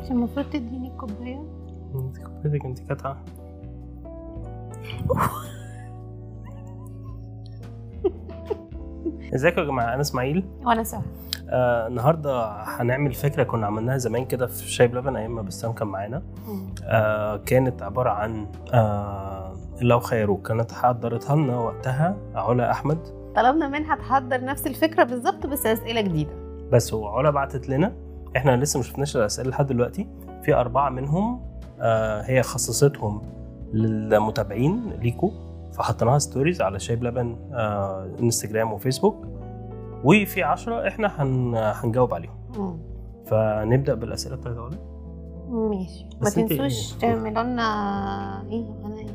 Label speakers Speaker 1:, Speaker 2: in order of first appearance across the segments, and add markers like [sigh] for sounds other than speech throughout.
Speaker 1: انت المفروض تديني الكوباية
Speaker 2: انت كوبايتك انت قطعة ازيكم يا جماعة أنا إسماعيل
Speaker 1: وانا سهل
Speaker 2: آه النهاردة هنعمل فكرة كنا عملناها زمان كده في شاي بلبن أيام ما بسام كان معانا آه كانت عبارة عن آه لو خيروك كانت حضرتها لنا وقتها علا أحمد
Speaker 1: طلبنا منها تحضر نفس الفكرة بالظبط بس أسئلة جديدة
Speaker 2: بس هو علا بعتت لنا احنا لسه ما شفناش الاسئله لحد دلوقتي في اربعه منهم آه هي خصصتهم للمتابعين ليكو فحطيناها ستوريز على شاي بلبن آه انستجرام وفيسبوك وفي عشرة احنا هن... هنجاوب عليهم فنبدا بالاسئله بتاعت علا
Speaker 1: ماشي ما
Speaker 2: بس انت
Speaker 1: تنسوش
Speaker 2: ايه؟
Speaker 1: تعملوا لنا ايه انا ايه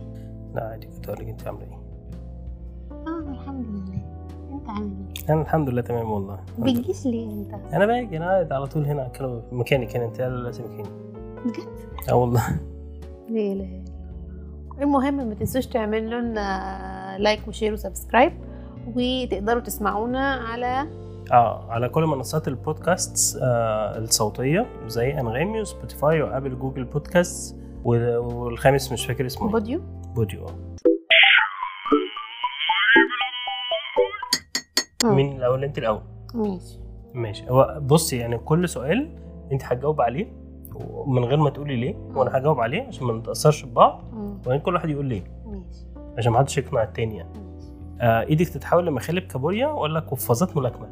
Speaker 2: لا عادي كنت هقول لك انت عامله ايه
Speaker 1: اه الحمد لله انت عامل ايه
Speaker 2: انا الحمد لله تمام والله الحمد لله.
Speaker 1: بتجيش ليه انت
Speaker 2: انا باجي انا قاعد على طول هنا كانوا مكاني كان انت لازم مكاني
Speaker 1: بجد
Speaker 2: اه والله
Speaker 1: ليه لا المهم ما تنسوش تعملوا لنا لايك وشير وسبسكرايب وتقدروا تسمعونا على
Speaker 2: اه على كل منصات البودكاست آه الصوتيه زي انغامي وسبوتيفاي وابل جوجل بودكاست و- والخامس مش فاكر اسمه ايه
Speaker 1: بوديو
Speaker 2: بوديو آه.
Speaker 1: مم.
Speaker 2: مين الاول انت الاول
Speaker 1: آه، ماشي
Speaker 2: ماشي هو بصي يعني كل سؤال انت هتجاوب عليه من غير ما تقولي ليه وانا هجاوب عليه عشان ما نتاثرش ببعض
Speaker 1: مم.
Speaker 2: وبعدين كل واحد يقول ليه
Speaker 1: ماشي
Speaker 2: عشان ما حدش يقنع التاني يعني
Speaker 1: ماشي
Speaker 2: آه ايدك تتحول لمخالب كابوريا ولا قفازات ملاكمه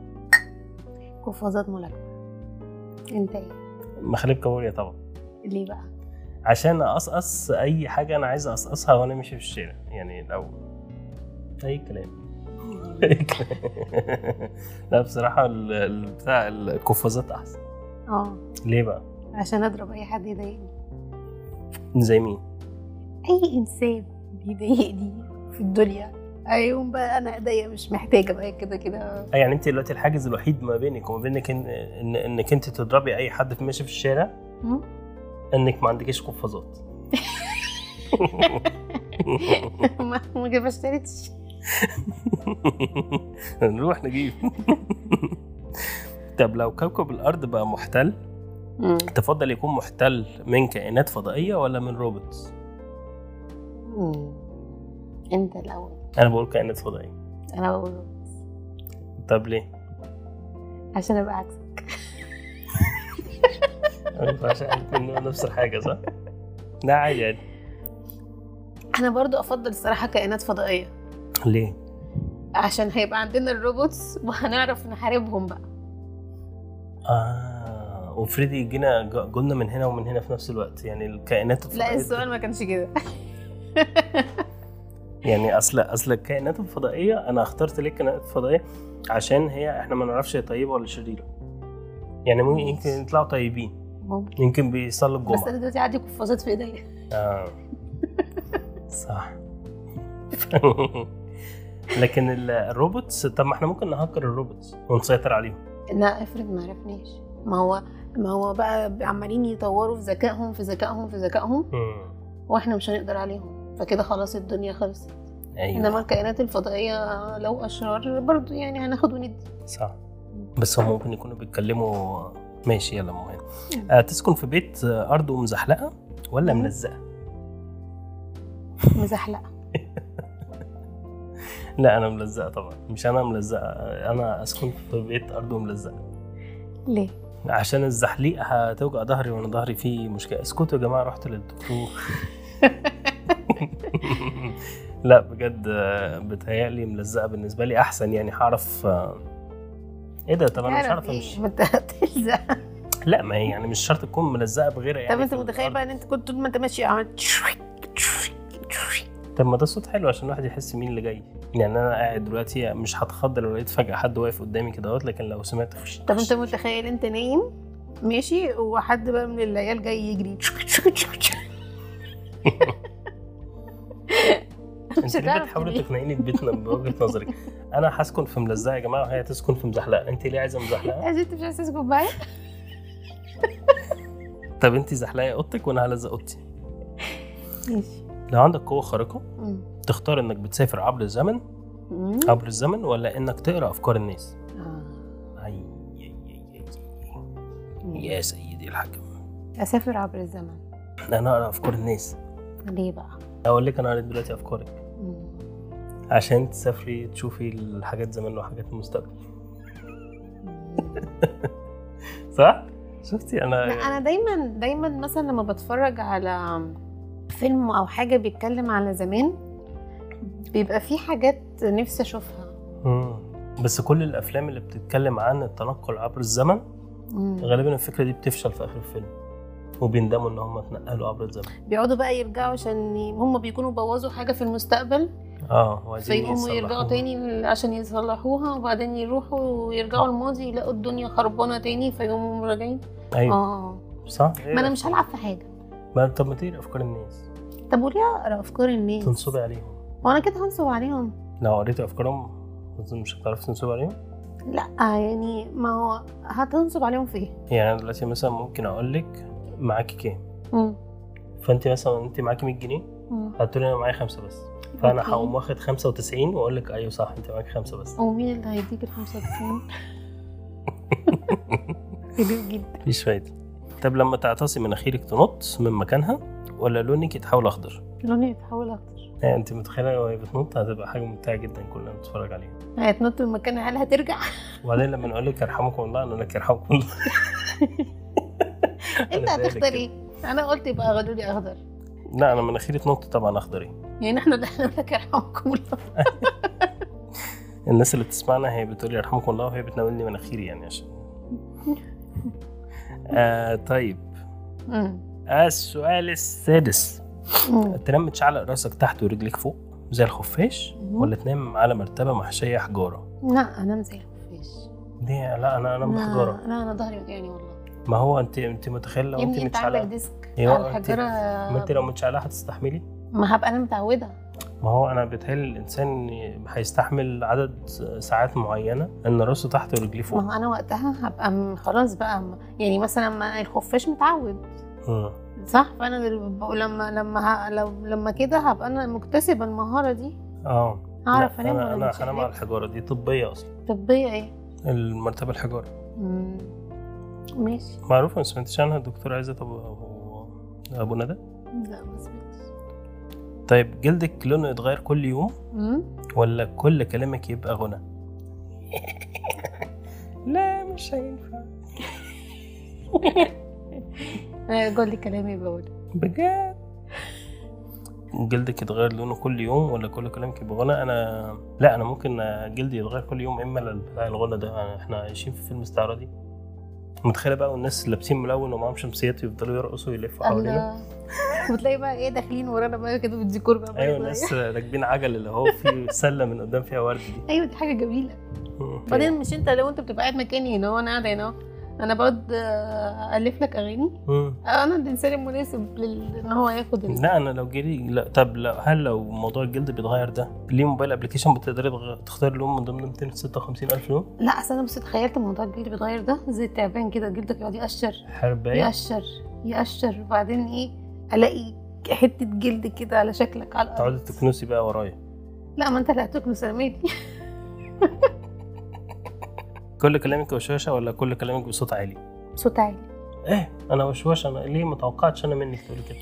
Speaker 1: قفازات ملاكمة انت ايه؟
Speaker 2: مخالب كابوريا طبعا
Speaker 1: ليه بقى؟
Speaker 2: عشان اقصقص اي حاجه انا عايز اقصقصها وانا ماشي في الشارع يعني لو اي كلام أي كلام. [laughs] لا بصراحه ال- ال- بتاع القفازات احسن
Speaker 1: اه
Speaker 2: ليه بقى
Speaker 1: عشان اضرب اي حد يضايقني
Speaker 2: زي مين
Speaker 1: اي انسان بيضايقني في الدنيا ايوم بقى انا ايديا مش محتاجه بقى كده كده
Speaker 2: آه، يعني انت دلوقتي الحاجز الوحيد ما بينك وما بينك إن إن انك انت تضربي اي حد في ماشي في الشارع
Speaker 1: مم؟
Speaker 2: انك ما عندكيش قفازات
Speaker 1: [laughs]
Speaker 2: [laughs]
Speaker 1: ما ما جاب- ما اشتريتش
Speaker 2: نروح نجيب [laughs] طب لو كوكب الارض بقى محتل
Speaker 1: مم.
Speaker 2: تفضل يكون محتل من كائنات فضائيه ولا من روبوتس؟
Speaker 1: مم. انت الاول
Speaker 2: انا بقول كائنات فضائيه
Speaker 1: انا بقول
Speaker 2: طب ليه؟
Speaker 1: عشان ابقى عكسك
Speaker 2: ما ينفعش الاثنين نفس الحاجه صح؟ لا عادي عادي
Speaker 1: انا برضو افضل الصراحه كائنات فضائيه
Speaker 2: ليه؟
Speaker 1: عشان هيبقى عندنا الروبوتس وهنعرف نحاربهم بقى
Speaker 2: اه وفريدي يجينا ج- جولنا من هنا ومن هنا في نفس الوقت يعني الكائنات الفضائيه
Speaker 1: لا السؤال ما كانش كده [laughs]
Speaker 2: يعني اصل اصل الكائنات الفضائيه انا اخترت ليه الكائنات الفضائيه عشان هي احنا ما نعرفش هي طيبه ولا شريره يعني ممكن
Speaker 1: ماشي.
Speaker 2: يمكن يطلعوا طيبين
Speaker 1: ممكن
Speaker 2: يمكن بيصلوا الجمعه
Speaker 1: بس انا دلوقتي عندي قفازات في ايديا
Speaker 2: آه. صح لكن ال- الروبوتس طب ما احنا ممكن نهكر الروبوتس ونسيطر عليهم
Speaker 1: لا افرض ما عرفناش ما هو ما هو بقى عمالين يطوروا في ذكائهم في ذكائهم في ذكائهم واحنا مش هنقدر عليهم فكده خلاص الدنيا خلصت انما
Speaker 2: ايوه
Speaker 1: الكائنات الفضائيه لو اشرار برضو يعني هناخد وندي
Speaker 2: صح بس هم ممكن يكونوا بيتكلموا ماشي يلا مهم آه تسكن في بيت آه، ارضه مزحلقه ولا
Speaker 1: مم.
Speaker 2: ملزقه؟
Speaker 1: مزحلقه
Speaker 2: لا انا ملزقه طبعا مش انا ملزقه آه، انا اسكن في بيت ارضه ملزقه
Speaker 1: ليه؟
Speaker 2: عشان الزحليق هتوجع ظهري وانا ظهري فيه مشكله اسكتوا يا جماعه رحت للدكتور [laughs] لا بجد آه، بتهيألي ملزقه بالنسبه لي احسن يعني هعرف آه، ايه ده طب انا مش
Speaker 1: تعرف
Speaker 2: عارف
Speaker 1: ايه؟
Speaker 2: امشي
Speaker 1: [laughs] ما انت هتلزق
Speaker 2: لا ما هي يعني مش شرط تكون ملزقه بغيرها يعني
Speaker 1: طب انت
Speaker 2: في
Speaker 1: متخيل
Speaker 2: الأرض.
Speaker 1: بقى ان انت كنت طول ما انت ماشي عملت شويك شويك شويك.
Speaker 2: طب ما ده صوت حلو عشان الواحد يحس مين اللي جاي يعني انا قاعد دلوقتي مش هتخض لو لقيت فجاه حد واقف قدامي كده اهوت لكن لو سمعت خش
Speaker 1: طب انت متخيل انت نايم ماشي وحد بقى من العيال جاي يجري [laughs]
Speaker 2: انت ليه
Speaker 1: هتعرف
Speaker 2: بتحاولي
Speaker 1: تنام.
Speaker 2: تقنعيني ببيتنا بوجهه نظرك انا هسكن في ملزقه يا جماعه وهي تسكن في مزحلقه انت ليه عايزه مزحلقه
Speaker 1: عايز انت أه، مش عايز تسكت معايا
Speaker 2: طب انت زحلقه اوضتك وانا هلزق اوضتي
Speaker 1: ماشي
Speaker 2: لو عندك قوه خارقه تختار انك بتسافر عبر الزمن
Speaker 1: مم.
Speaker 2: عبر الزمن ولا انك تقرا افكار الناس
Speaker 1: آه.
Speaker 2: أي- أي- أي- أي- أي. يا سيدي الحكم
Speaker 1: اسافر عبر الزمن
Speaker 2: انا اقرا افكار الناس
Speaker 1: ليه بقى
Speaker 2: اقول لك انا قريت دلوقتي افكارك
Speaker 1: مم.
Speaker 2: عشان تسافري تشوفي الحاجات زمان وحاجات المستقبل صح شفتي انا
Speaker 1: لا انا دايما دايما مثلا لما بتفرج على فيلم او حاجه بيتكلم على زمان بيبقى في حاجات نفسي اشوفها
Speaker 2: مم. بس كل الافلام اللي بتتكلم عن التنقل عبر الزمن
Speaker 1: مم.
Speaker 2: غالبا الفكره دي بتفشل في اخر الفيلم وبيندموا ان هم اتنقلوا عبر الزمن
Speaker 1: بيقعدوا بقى يرجعوا عشان ي- هم بيكونوا بوظوا حاجه في المستقبل
Speaker 2: اه وعايزين
Speaker 1: فيقوموا يرجعوا
Speaker 2: يصلحوها.
Speaker 1: تاني ل- عشان يصلحوها وبعدين يروحوا ويرجعوا الماضي يلاقوا الدنيا خربانه تاني فيقوموا راجعين
Speaker 2: ايوه
Speaker 1: اه
Speaker 2: صح
Speaker 1: ما انا مش هلعب في حاجه
Speaker 2: ما طب ما تقري افكار الناس
Speaker 1: طب وليه اقرا افكار الناس
Speaker 2: تنصبي عليهم
Speaker 1: وانا كده هنصب عليهم
Speaker 2: لو قريتي افكارهم مش هتعرفي تنصبي عليهم
Speaker 1: لا يعني ما هو هتنصب عليهم في ايه
Speaker 2: يعني انا دلوقتي مثلا ممكن اقول لك معاكي كام
Speaker 1: مم.
Speaker 2: فانت مثلا انت معاكي 100 جنيه
Speaker 1: مم.
Speaker 2: هتقولي انا معايا خمسه بس فانا
Speaker 1: أوكي.
Speaker 2: هقوم واخد 95 واقول لك ايوه صح انت معاك خمسه بس
Speaker 1: ومين اللي هيديك ال
Speaker 2: [laughs]
Speaker 1: 95 كبير جدا
Speaker 2: مفيش فايده طب لما تعتصي مناخيرك تنط من مكانها ولا لونك يتحول اخضر
Speaker 1: لوني يتحول اكتر
Speaker 2: يعني انت متخيله لو هي بتنط هتبقى حاجه ممتعه جدا كلنا بنتفرج عليها
Speaker 1: هتنط من مكان هل هترجع
Speaker 2: وبعدين لما نقول لك يرحمكم الله نقول لك يرحمكم الله [laughs]
Speaker 1: انت
Speaker 2: أنا زيك
Speaker 1: هتختار
Speaker 2: كده.
Speaker 1: ايه انا قلت يبقى غدوا لي اخضر
Speaker 2: لا انا مناخيري تنط طبعا اخضر ايه
Speaker 1: يعني احنا اللي احنا لك يرحمكم الله
Speaker 2: الناس اللي بتسمعنا هي بتقول يرحمكم الله وهي بتناولني مناخيري
Speaker 1: [laughs]
Speaker 2: يعني عشان آه طيب
Speaker 1: مم.
Speaker 2: السؤال السادس
Speaker 1: مم.
Speaker 2: تنام متشعلق راسك تحت ورجلك فوق زي الخفاش ولا تنام على مرتبه محشيه حجاره
Speaker 1: لا انام زي الخفاش
Speaker 2: دي لا انا انا
Speaker 1: لا،
Speaker 2: حجاره
Speaker 1: لا انا ظهري وجعني والله
Speaker 2: ما هو انت انت متخيله لو
Speaker 1: يا
Speaker 2: انت
Speaker 1: ابني انت عندك
Speaker 2: متشعلقه
Speaker 1: ديسك
Speaker 2: ايوه،
Speaker 1: على
Speaker 2: انت-
Speaker 1: الحجاره
Speaker 2: ما انت لو متشعلقه هتستحملي
Speaker 1: ما هبقى انا متعوده
Speaker 2: ما هو انا بيتهيألي الانسان هيستحمل عدد ساعات معينه ان راسه تحت ورجليه
Speaker 1: ما
Speaker 2: فوق
Speaker 1: هو انا وقتها هبقى م- خلاص بقى م- يعني مثلا ما الخفاش متعود
Speaker 2: مم.
Speaker 1: صح فانا دل- بقول لما لما ه... لو لما كده هبقى انا مكتسبه المهاره دي
Speaker 2: اه
Speaker 1: هعرف
Speaker 2: لا،
Speaker 1: انام
Speaker 2: انا
Speaker 1: ولا
Speaker 2: انا
Speaker 1: مش
Speaker 2: انا مع
Speaker 1: هنام؟
Speaker 2: الحجاره دي طبيه اصلا
Speaker 1: طبيه ايه
Speaker 2: المرتبه الحجاره
Speaker 1: مم. ماشي
Speaker 2: معروفه ما سمعتش عنها الدكتور عزت ابو ابو ابو ندى
Speaker 1: لا ما سمعتش
Speaker 2: طيب جلدك لونه يتغير كل يوم
Speaker 1: مم.
Speaker 2: ولا كل كلامك يبقى غنى [laughs] لا مش هينفع
Speaker 1: آه، قول لي كلامي بقول
Speaker 2: بجد جلدك يتغير لونه كل يوم ولا كل كلامك يبقى غنى انا لا انا ممكن جلدي يتغير كل يوم اما لل- بتاع الغنى ده أنا- احنا عايشين في فيلم استعراضي متخيله بقى والناس لابسين ملون ومعاهم شمسيات ويفضلوا يرقصوا ويلفوا حوالينا
Speaker 1: الله وتلاقي بقى ايه داخلين ورانا بقى كده بالديكور بقى
Speaker 2: ايوه
Speaker 1: بقى-
Speaker 2: الناس راكبين عجل اللي هو
Speaker 1: [laughs]
Speaker 2: فيه سله من قدام فيها ورد دي
Speaker 1: ايوه دي حاجه
Speaker 2: أيوة.
Speaker 1: جميله بعدين مش انت لو انت بتبقى قاعد مكاني هنا وانا قاعده هنا انا بقعد آه، الف لك اغاني
Speaker 2: مم.
Speaker 1: آه، انا الانسان المناسب لل... ان هو ياخد ال-
Speaker 2: لا انا لو جري لا طب لا هل لو موضوع الجلد بيتغير ده ليه موبايل ابلكيشن بتقدري تغ- تختاري لون من ضمن 256 الف لون
Speaker 1: لا اصل انا بس تخيلت موضوع الجلد بيتغير ده زي التعبان كده جلدك يقعد يقشر
Speaker 2: حربايه
Speaker 1: يقشر يقشر وبعدين ايه الاقي حته جلد كده على شكلك على الارض
Speaker 2: تقعدي تكنسي بقى ورايا
Speaker 1: لا ما انت اللي هتكنس رميتي
Speaker 2: كل كلامك وشاشه ولا كل كلامك بصوت عالي
Speaker 1: [laughs] صوت عالي
Speaker 2: ايه انا وشوش انا ليه ما توقعتش انا منك تقولي كده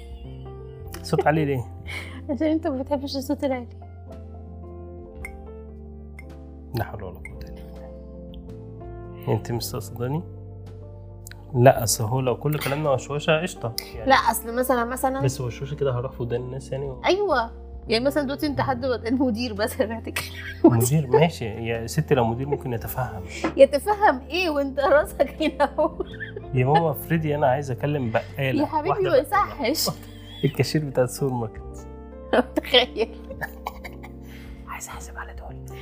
Speaker 2: صوت عالي ليه
Speaker 1: عشان انت ما بتحبش الصوت العالي
Speaker 2: لا حول ولا قوه الا بالله انت مستقصداني لا اصل هو لو كل كلامنا وشوشه قشطه يعني
Speaker 1: لا اصل مثلا مثلا
Speaker 2: بس وشوشي كده هروح في ودان الناس يعني
Speaker 1: [laughs]
Speaker 2: و...
Speaker 1: ايوه يعني مثلا دلوقتي انت حد المدير [laughs] مثلا هتتكلم
Speaker 2: مدير ماشي يا ستي لو مدير ممكن يتفهم
Speaker 1: يتفهم ايه وانت راسك هنا [laughs] اهو
Speaker 2: يا ماما افرضي انا عايز اكلم بقاله
Speaker 1: يا حبيبي
Speaker 2: واحدة
Speaker 1: ما
Speaker 2: بقالة.
Speaker 1: يصحش [laughs]
Speaker 2: الكاشير بتاع السوبر ماركت
Speaker 1: تخيل
Speaker 2: عايز احاسب على دول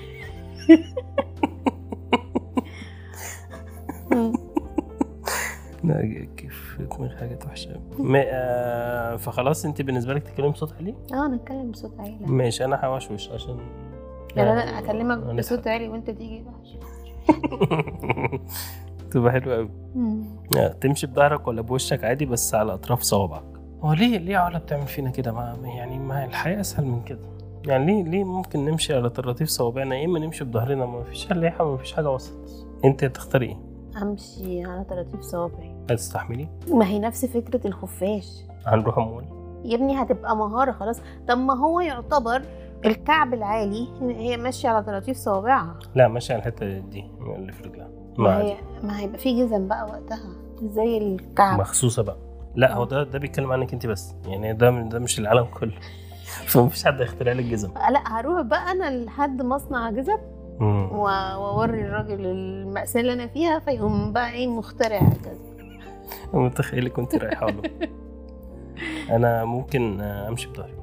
Speaker 2: لا كيف دماغي حاجات وحشه أوي. ما- آه، فخلاص انت بالنسبه لك تتكلمي بصوت عالي
Speaker 1: اه انا اتكلم بصوت عالي
Speaker 2: ماشي انا هوشوش عشان
Speaker 1: يعني انا اكلمك
Speaker 2: هنضحك.
Speaker 1: بصوت عالي وانت تيجي بقى
Speaker 2: [laughs] تبقى حلوه قوي تمشي بظهرك ولا بوشك عادي بس على اطراف صوابعك هو ليه ليه علا بتعمل فينا كده ما ما- يعني ما الحياه اسهل من كده يعني ليه ليه ممكن نمشي على طراطيف صوابعنا يا اما نمشي بظهرنا ما فيش ليه ما فيش حاجه وسط انت هتختاري ايه
Speaker 1: امشي على طراطيف صوابعي
Speaker 2: هتستحملي
Speaker 1: ما هي نفس فكره الخفاش
Speaker 2: هنروح مول
Speaker 1: يا ابني هتبقى مهاره خلاص طب ما هو يعتبر الكعب العالي هي ماشيه على طراطيف صوابعها
Speaker 2: لا ماشي على الحته دي اللي في رجلها ما
Speaker 1: ما,
Speaker 2: عادي.
Speaker 1: هي ما هيبقى في جزم بقى وقتها زي الكعب
Speaker 2: مخصوصه بقى لا هو ده ده بيتكلم عنك انت بس يعني ده ده مش العالم كله [laughs] فمفيش حد هيخترع لك جزم
Speaker 1: لا هروح بقى انا لحد مصنع جزم
Speaker 2: مم.
Speaker 1: و- واوري الراجل المأساة اللي انا فيها فيقوم بقى ايه مخترع جزم
Speaker 2: متخيل كنت رايحه له انا ممكن آه، امشي بظهري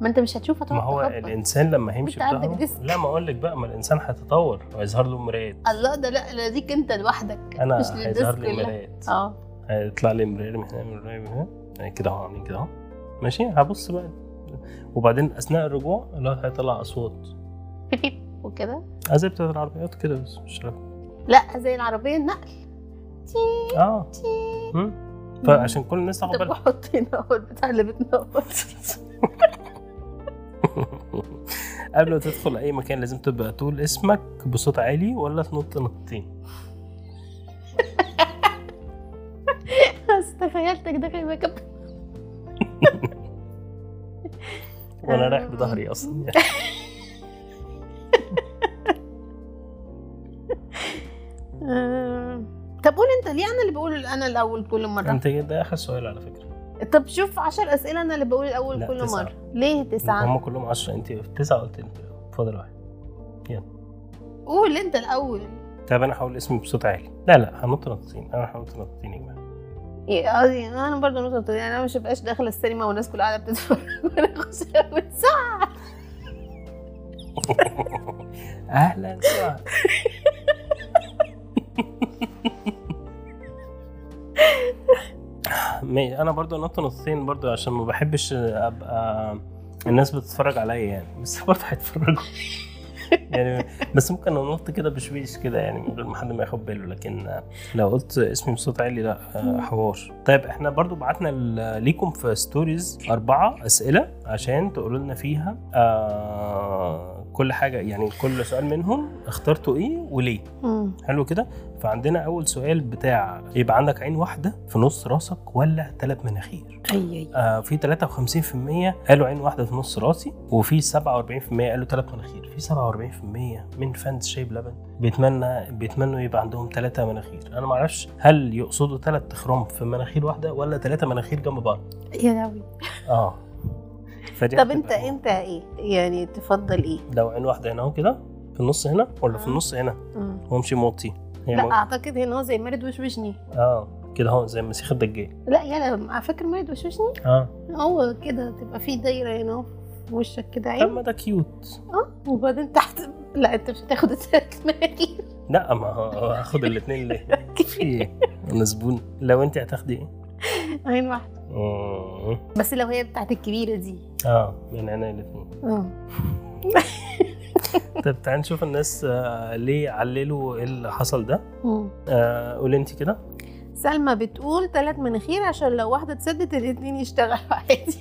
Speaker 1: ما انت مش هتشوف
Speaker 2: ما
Speaker 1: هتقعد
Speaker 2: هو
Speaker 1: تخبط.
Speaker 2: الانسان لما هيمشي
Speaker 1: انت عندك
Speaker 2: بظهره
Speaker 1: ديسك.
Speaker 2: لا ما اقول لك بقى ما الانسان هيتطور ويظهر له مرايات
Speaker 1: الله ده لا لا ليك انت لوحدك
Speaker 2: انا
Speaker 1: مش للناس
Speaker 2: هيظهر لي
Speaker 1: كلها
Speaker 2: مرايات
Speaker 1: اه [laughs]
Speaker 2: هيطلع لي مرايه من هنا من هنا من هنا يعني كده اهو عاملين كده اهو ماشي هبص بقى وبعدين اثناء الرجوع لا هيطلع اصوات
Speaker 1: بيب وكده
Speaker 2: آه، زي بتاعت العربيات كده بس مش عارف.
Speaker 1: لا زي العربيه النقل تي
Speaker 2: اه
Speaker 1: تي
Speaker 2: مم. فعشان طيب، كل الناس تاخد
Speaker 1: طب
Speaker 2: بالها
Speaker 1: وحط هنا اهو البتاع اللي بتنور
Speaker 2: [laughs] قبل ما تدخل اي مكان لازم تبقى تقول اسمك بصوت عالي ولا تنط نطتين
Speaker 1: بس تخيلتك داخل ميك اب
Speaker 2: وانا رايح بظهري [laughs] اصلا
Speaker 1: آه. طب قول انت ليه انا اللي بقول انا الاول كل مره
Speaker 2: انت ده اخر سؤال على فكره
Speaker 1: طب شوف 10 اسئله انا اللي بقول الاول
Speaker 2: لا،
Speaker 1: كل
Speaker 2: تسعة.
Speaker 1: مره ليه تسعه
Speaker 2: هم كلهم 10 انت في 9 قلت انت فاضل واحد
Speaker 1: قول انت الاول
Speaker 2: طب انا هقول اسمي بصوت عالي لا لا هنط نطتين انا هنط نطتين يا جماعه
Speaker 1: إيه، قصدي انا برضه نقطه طويلة. يعني انا مش هبقاش داخله السينما والناس كلها قاعده بتتفرج [laughs] وانا اخش اول ساعه
Speaker 2: اهلا سعد. [laughs] ماشي انا برضو نط نصين برضو عشان ما بحبش ابقى الناس بتتفرج عليا يعني بس [laughs] برضو هيتفرجوا يعني بس ممكن انط كده بشويش كده يعني من غير ما حد ما ياخد باله لكن لو قلت اسمي بصوت عالي لا آه، حوار طيب احنا برضو بعتنا ال- ليكم في ستوريز اربعه اسئله عشان تقولوا لنا فيها آه كل حاجه يعني كل سؤال منهم اخترتوا ايه وليه حلو كده فعندنا اول سؤال بتاع يبقى عندك عين واحده في نص راسك ولا ثلاث مناخير
Speaker 1: اي
Speaker 2: آه في 53% قالوا عين واحده في نص راسي وفي 47% قالوا ثلاث مناخير في 47% من فانز شايب لبن بيتمنى بيتمنوا يبقى عندهم ثلاثه مناخير انا ما اعرفش هل يقصدوا ثلاث تخرم في مناخير واحده ولا ثلاثه مناخير جنب بعض
Speaker 1: يا لهوي
Speaker 2: اه فدي
Speaker 1: طب انت
Speaker 2: هتبقى-
Speaker 1: انت ايه يعني تفضل ايه
Speaker 2: لو عين واحده هنا اهو كده في النص هنا ولا في النص هنا وامشي موطي هي
Speaker 1: لا
Speaker 2: مو-
Speaker 1: اعتقد هنا هو زي مارد وشوشني
Speaker 2: اه كده اهو زي مسيخ الدجال
Speaker 1: لا يلا على فكره مارد وشوشني
Speaker 2: اه
Speaker 1: هو كده تبقى في دايره هنا في وشك كده
Speaker 2: طب
Speaker 1: عين
Speaker 2: ما ده كيوت
Speaker 1: اه وبعدين تحت لا انت مش هتاخد الثلاث مناخير
Speaker 2: لا ما هو- هاخد
Speaker 1: [laughs]
Speaker 2: الاثنين ليه؟ في ايه؟ انا زبون لو انت هتاخدي ايه؟
Speaker 1: عين واحده
Speaker 2: مم.
Speaker 1: بس لو هي بتاعت الكبيره دي
Speaker 2: اه من انا الاثنين
Speaker 1: اه
Speaker 2: طب تعال نشوف الناس آه، ليه عللوا ايه اللي حصل ده آه، قولي انت كده
Speaker 1: سلمى بتقول ثلاث مناخير عشان لو واحده اتسدت الاثنين يشتغلوا
Speaker 2: [laughs]
Speaker 1: عادي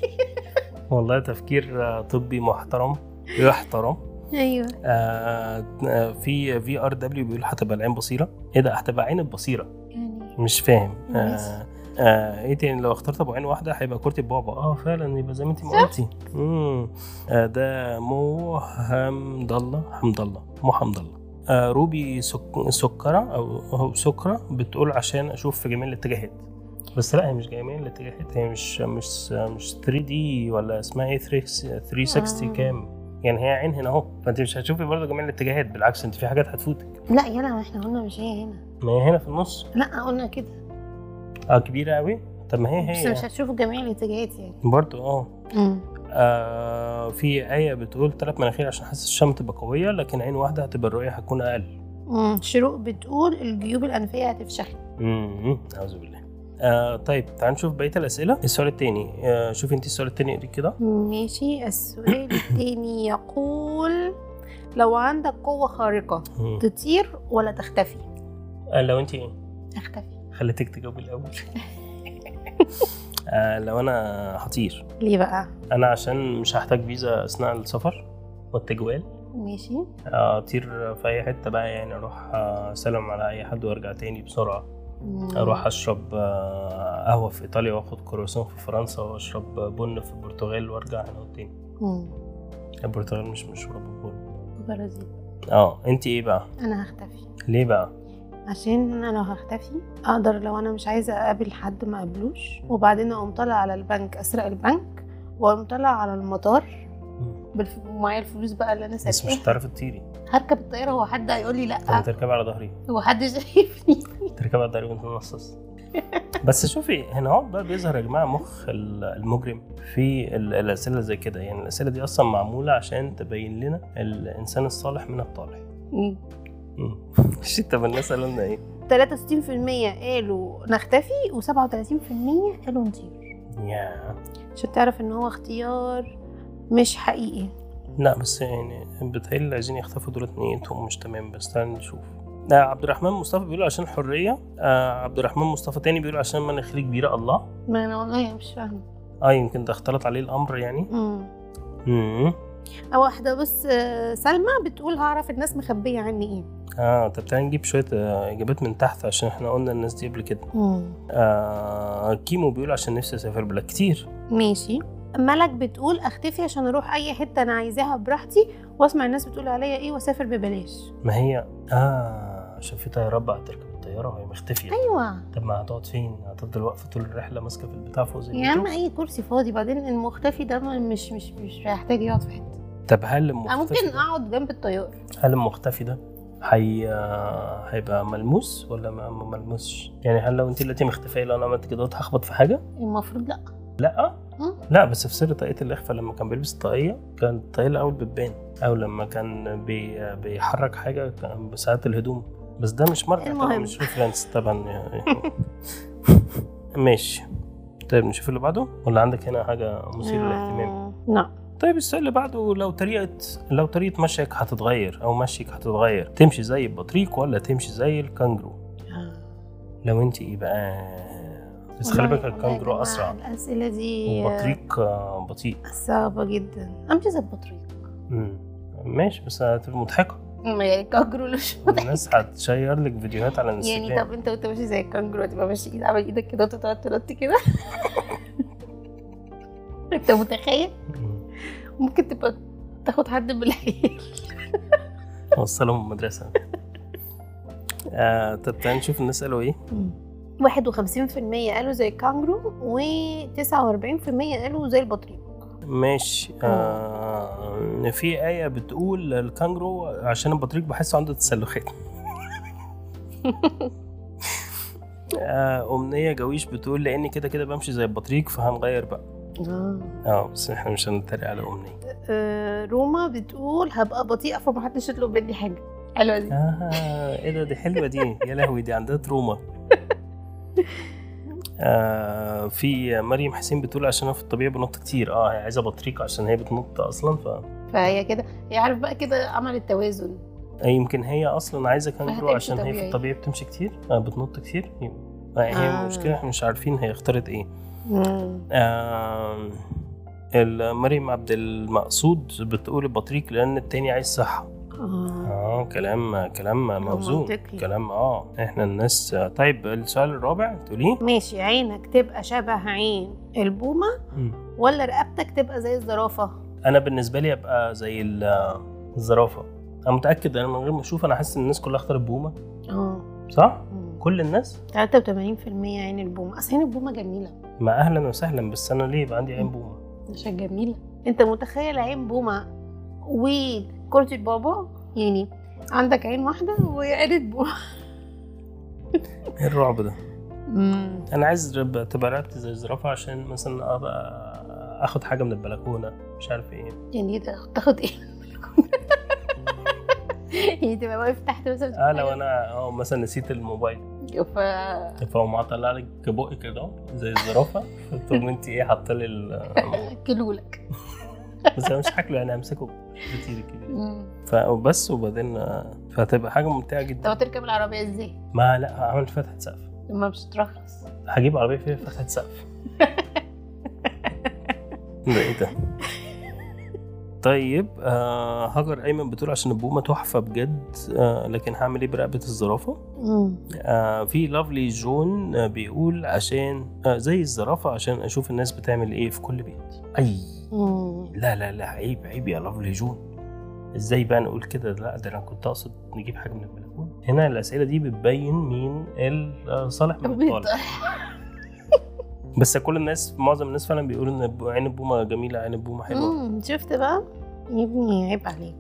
Speaker 2: والله تفكير آه، طبي محترم يحترم
Speaker 1: ايوه
Speaker 2: آه، آه، في في ار دبليو بيقول هتبقى العين بصيره ايه ده هتبقى عين البصيره
Speaker 1: يعني
Speaker 2: مش فاهم
Speaker 1: ماشي.
Speaker 2: آه، آه ايه تاني لو اخترت ابو عين واحده هيبقى كرة البعبع اه فعلا يبقى زي ما انت ما قلتي مم. آه ده مو حمد الله حمد الله مو حمد الله آه روبي سك... سكره او أو سكره بتقول عشان اشوف في جميع الاتجاهات بس لا هي مش جميع الاتجاهات هي مش مش مش 3 دي ولا اسمها ايه 3 360
Speaker 1: آه.
Speaker 2: كام يعني هي عين هنا اهو فانت مش هتشوفي برضه جميع الاتجاهات بالعكس انت في حاجات هتفوتك
Speaker 1: لا يلا ما احنا قلنا مش هي هنا
Speaker 2: ما هي هنا في النص
Speaker 1: لا قلنا كده
Speaker 2: اه كبيره قوي طب ما هي
Speaker 1: بس
Speaker 2: هي
Speaker 1: مش هتشوفوا جميع الاتجاهات يعني
Speaker 2: برضه اه آه في آية بتقول ثلاث مناخير عشان حاسس الشم تبقى قوية لكن عين واحدة هتبقى الرؤية هتكون أقل.
Speaker 1: امم شروق بتقول الجيوب الانفيه هتفشخ
Speaker 2: امم أعوذ بالله. آه طيب تعال نشوف بقية الأسئلة. السؤال التاني آه شوفي أنت السؤال التاني اقري كده.
Speaker 1: ماشي السؤال
Speaker 2: [coughs]
Speaker 1: التاني يقول لو عندك قوه خارقه
Speaker 2: مم.
Speaker 1: تطير ولا تختفي
Speaker 2: آه لو أنت إيه؟
Speaker 1: تختفي
Speaker 2: خليتك تجاوبي الأول. آه لو أنا هطير
Speaker 1: ليه بقى
Speaker 2: أنا عشان مش هحتاج فيزا أثناء السفر والتجوال
Speaker 1: ماشي
Speaker 2: آه، اطير في اي حته بقى يعني اروح آه، اسلم على اي حد وارجع تاني بسرعه
Speaker 1: مم.
Speaker 2: اروح اشرب آه، قهوه في ايطاليا واخد كروسون في فرنسا واشرب بن في البرتغال وارجع هنا تاني
Speaker 1: مم.
Speaker 2: البرتغال مش مشهوره بالبن
Speaker 1: برازيل
Speaker 2: اه انت ايه بقى
Speaker 1: انا هختفي
Speaker 2: ليه بقى
Speaker 1: عشان انا لو هختفي اقدر لو انا مش عايزه اقابل حد ما اقابلوش وبعدين اقوم طالع على البنك اسرق البنك واقوم طالع على المطار بالف... معايا الفلوس بقى اللي انا
Speaker 2: بس مش
Speaker 1: سايباها
Speaker 2: هتعرفي تطيري
Speaker 1: هركب الطياره هو حد هيقول لي
Speaker 2: طب
Speaker 1: لا
Speaker 2: تركبي على ظهري
Speaker 1: هو حد شايفني
Speaker 2: تركبي على ظهري وانت منصص بس شوفي هنا اهو بقى بيظهر يا جماعه مخ ال- المجرم في ال- الاسئله زي كده يعني الاسئله دي اصلا معموله عشان تبين لنا الانسان الصالح من الطالح مم. [laughs] مش انت من الناس قالوا لنا ايه
Speaker 1: 63% قالوا نختفي و37% قالوا نطير
Speaker 2: يا
Speaker 1: عشان تعرف ان هو اختيار مش حقيقي
Speaker 2: لا بس يعني بتهيألي اللي عايزين يختفوا دولت نيتهم مش تمام بس تعالى نشوف آه عبد الرحمن مصطفى بيقول عشان الحريه آه عبد الرحمن مصطفى تاني بيقول عشان مناخيري كبيره الله
Speaker 1: ما انا والله مش فاهمه
Speaker 2: اه يمكن ده اختلط عليه الامر يعني
Speaker 1: امم
Speaker 2: امم
Speaker 1: واحده بس آه، سلمى بتقول هعرف الناس مخبيه عني ايه
Speaker 2: اه طب تعالى نجيب شويه آه اجابات من تحت عشان احنا قلنا الناس دي قبل كده
Speaker 1: امم
Speaker 2: آه كيمو بيقول عشان نفسي اسافر بلاد كتير
Speaker 1: ماشي ملك بتقول اختفي عشان اروح اي حته انا عايزاها براحتي واسمع الناس بتقول عليا ايه واسافر ببلاش
Speaker 2: ما هي اه عشان في طيارات بقى هتركب الطياره وهي مختفيه
Speaker 1: ايوه
Speaker 2: طب ما هتقعد فين؟ هتفضل واقفه طول الرحله ماسكه في البتاع فوق زي
Speaker 1: يا
Speaker 2: ما
Speaker 1: عم
Speaker 2: انت؟
Speaker 1: اي كرسي فاضي بعدين المختفي ده ما- مش مش مش هيحتاج يقعد في حته
Speaker 2: طب هل
Speaker 1: انا
Speaker 2: المختفي
Speaker 1: آه، ممكن
Speaker 2: ده
Speaker 1: اقعد جنب الطيار
Speaker 2: هل المختفي ده هي آه، هيبقى ملموس ولا ما ما ملموسش؟ يعني هل لو انت لقيتي مختفيه لو انا عملت كده هخبط في حاجه؟
Speaker 1: المفروض لا
Speaker 2: لا
Speaker 1: مم.
Speaker 2: لا بس في سر طاقيه الاخفاء لما كان بيلبس الطاقيه كان الطاقيه الاول بتبان او لما كان بي بيحرك حاجه كان بساعات الهدوم بس ده مش مرجع طبعا
Speaker 1: المهم.
Speaker 2: مش ريفرنس
Speaker 1: [laughs]
Speaker 2: طبعا يعني. ماشي طيب نشوف اللي بعده ولا عندك هنا حاجه مثيره للاهتمام؟
Speaker 1: لا
Speaker 2: طيب السؤال اللي بعده لو طريقة لو طريقة مشيك هتتغير أو مشيك هتتغير تمشي زي البطريق ولا تمشي زي الكانجرو؟ لو أنت إيه بقى؟ بس خلي
Speaker 1: والله-
Speaker 2: بالك
Speaker 1: والله يا
Speaker 2: الكانجرو
Speaker 1: جماعة
Speaker 2: أسرع
Speaker 1: الأسئلة دي
Speaker 2: والبطريق آه، بطيء
Speaker 1: صعبة جدا أمشي زي البطريق
Speaker 2: مم. ماشي بس
Speaker 1: [laughs]
Speaker 2: هتبقى مضحكة
Speaker 1: يعني الكانجرو مش
Speaker 2: الناس هتشير لك فيديوهات على
Speaker 1: يعني
Speaker 2: انستجرام
Speaker 1: طب انت وانت ماشي زي الكانجرو تبقى ماشي ايد عامل ايدك كده وتقعد تنط
Speaker 2: [laughs]
Speaker 1: كده انت متخيل
Speaker 2: مم.
Speaker 1: ممكن تبقى تاخد حد بالعيل
Speaker 2: وصلهم المدرسة [laughs] آه طب تعالى نشوف الناس قالوا إيه
Speaker 1: 51% قالوا زي الكانجرو و49% قالوا زي البطريق
Speaker 2: ماشي آه في آية بتقول الكانجرو عشان البطريق بحسه عنده تسلخات آه أمنية جويش بتقول لأني كده كده بمشي زي البطريق فهنغير بقى اه بس احنا مش هنتريق على أمنية
Speaker 1: آه، روما بتقول هبقى بطيئة فمحدش يطلب مني حاجة حلوة دي
Speaker 2: آه ايه ده دي حلوة دي يا لهوي دي عندها تروما آه في مريم حسين بتقول عشان انا في الطبيعة بنط كتير اه هي عايزة بطريق عشان هي بتنط أصلا ف
Speaker 1: فهي كده هي عارف بقى كده عملت توازن
Speaker 2: آه، يمكن هي اصلا عايزه كانجرو
Speaker 1: فهتمشي
Speaker 2: عشان هي في
Speaker 1: طبيعي.
Speaker 2: الطبيعه بتمشي كتير آه، بتنط كتير آه، هي
Speaker 1: آه.
Speaker 2: المشكله احنا مش عارفين هي اختارت ايه آم، ال- مريم عبد المقصود بتقول البطريق لان التاني عايز صحه
Speaker 1: آه.
Speaker 2: اه كلام كلام موزون
Speaker 1: منطقي.
Speaker 2: كلام اه احنا الناس آه، طيب السؤال الرابع تقوليه
Speaker 1: ماشي عينك تبقى شبه عين البومة ولا رقبتك تبقى زي الزرافة
Speaker 2: انا بالنسبه لي ابقى زي ال- آه، الزرافه انا متاكد انا من غير ما اشوف انا حاسس ان الناس كلها اختارت بومه
Speaker 1: اه
Speaker 2: صح كل الناس
Speaker 1: 83% عين البومة أصل عين البومة جميلة
Speaker 2: ما اهلا وسهلا بس انا ليه يبقى عندي عين بومه
Speaker 1: عشان جميلة أنت متخيل عين بومة وكرة البابا يعني عندك عين واحدة وعين بومة
Speaker 2: ايه الرعب ده؟ انا عايز رب- تبقى رقبتي زي الزرافه عشان مثلا ابقى اخد حاجه من البلكونه مش عارف ايه
Speaker 1: يعني ده تاخد ايه؟ [laughs] يعني تبقى واقف تحت مثلا
Speaker 2: اه لو انا اه مثلا نسيت الموبايل
Speaker 1: ف
Speaker 2: فاقوم اطلع لك بقي كده أهو زي الزرافه تقوم انت ايه حاطه لي ال- [laughs]
Speaker 1: كلولك
Speaker 2: بس انا مش هاكله يعني همسكه كتير كده فبس وبعدين آه، فهتبقى حاجه ممتعه
Speaker 1: طب
Speaker 2: جدا
Speaker 1: هتركب العربية ازاي؟
Speaker 2: ما لا هعمل فتحه سقف
Speaker 1: ما مش ترخص
Speaker 2: هجيب عربيه فيها فتحه سقف ده ايه ده؟ طيب آه هاجر ايمن بتقول عشان البومه تحفه بجد آه لكن هعمل ايه برقبه الزرافه
Speaker 1: مم.
Speaker 2: آه في لافلي جون آه بيقول عشان آه زي الزرافه عشان اشوف الناس بتعمل ايه في كل بيت اي
Speaker 1: مم.
Speaker 2: لا لا لا عيب عيب يا لافلي جون ازاي بقى نقول كده لا ده انا كنت اقصد نجيب حاجه من البلكونه هنا الاسئله دي بتبين مين الصالح من الطالح بس كل الناس معظم الناس فعلا بيقولوا ان عين البومه جميله عين البومه حلوه
Speaker 1: مم. شفت بقى يا ابني عيب عليك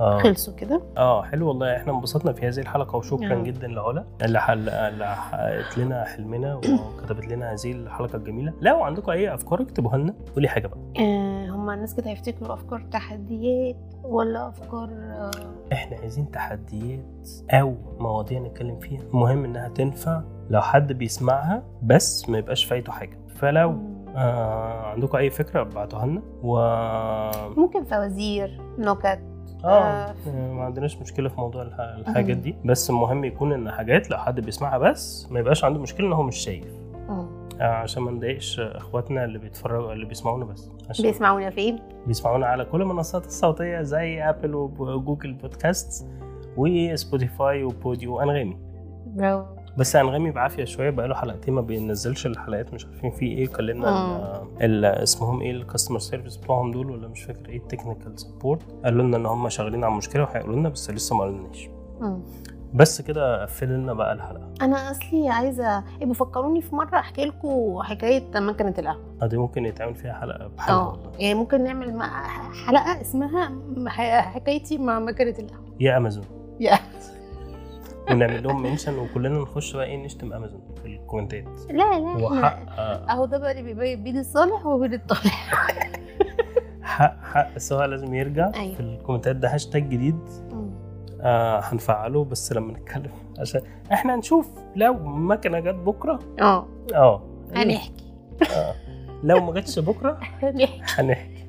Speaker 2: اه
Speaker 1: خلصوا كده
Speaker 2: اه حلو والله احنا انبسطنا في هذه الحلقه وشكرا
Speaker 1: آه.
Speaker 2: جدا لعلا اللي حل... اللي حققت لنا حلمنا وكتبت لنا هذه الحلقه الجميله لو عندكم اي افكار اكتبوها لنا قولي حاجه بقى
Speaker 1: آه هما الناس كده هيفتكروا افكار تحديات ولا افكار آه
Speaker 2: احنا عايزين تحديات او مواضيع نتكلم فيها المهم انها تنفع لو حد بيسمعها بس ما يبقاش فايته حاجه فلو آه عندكم اي فكره ابعتوها لنا و
Speaker 1: ممكن فوازير نكت
Speaker 2: اه ما عندناش مشكله في موضوع الح- الحاجات دي بس المهم يكون ان حاجات لو حد بيسمعها بس ما يبقاش عنده مشكله ان هو مش شايف
Speaker 1: مم.
Speaker 2: آه، عشان ما نضايقش اخواتنا اللي بيتفرجوا اللي بيسمعونا بس عشان
Speaker 1: بيسمعونا فين
Speaker 2: بيسمعونا على كل المنصات الصوتيه زي ابل وجوجل بودكاست وسبوتيفاي وبوديو وانغامي
Speaker 1: برافو
Speaker 2: بس يعني انغامي بعافيه شويه بقاله حلقتين ما بينزلش الحلقات مش عارفين فيه ايه كان لنا
Speaker 1: آه.
Speaker 2: ال- ال- اسمهم ايه الكاستمر سيرفيس بتوعهم دول ولا مش فاكر ايه التكنيكال سبورت قالوا لنا ان هم شغالين على مشكله وهيقولوا لنا بس لسه ما قالولناش
Speaker 1: مم.
Speaker 2: بس كده قفلوا لنا بقى الحلقه
Speaker 1: انا اصلي عايزه يبقوا فكروني إيه، في مره احكي لكم حكايه مكنه القهوه
Speaker 2: آه، دي ممكن يتعمل فيها حلقه بحالها والله
Speaker 1: اه يعني ممكن نعمل مع- حلقه اسمها ح- حكايتي مع مكنه القهوه
Speaker 2: يا امازون
Speaker 1: يا.
Speaker 2: ونعمل لهم منشن وكلنا نخش بقى ايه نشتم امازون في الكومنتات
Speaker 1: لا لا
Speaker 2: هو
Speaker 1: احنا
Speaker 2: حق آه،
Speaker 1: اهو ده بقى اللي بيبين بين الصالح وبين الطالح
Speaker 2: حق حق سواء لازم يرجع
Speaker 1: أيوة.
Speaker 2: في الكومنتات ده هاشتاج جديد
Speaker 1: مم.
Speaker 2: آه هنفعله بس لما نتكلم عشان احنا هنشوف لو مكنه جت بكره
Speaker 1: اه
Speaker 2: اه
Speaker 1: هنحكي
Speaker 2: آه. لو ما جتش بكره
Speaker 1: هنحكي
Speaker 2: هنحكي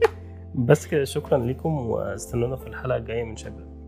Speaker 2: بس كده شكرا لكم واستنونا في الحلقه الجايه من شباب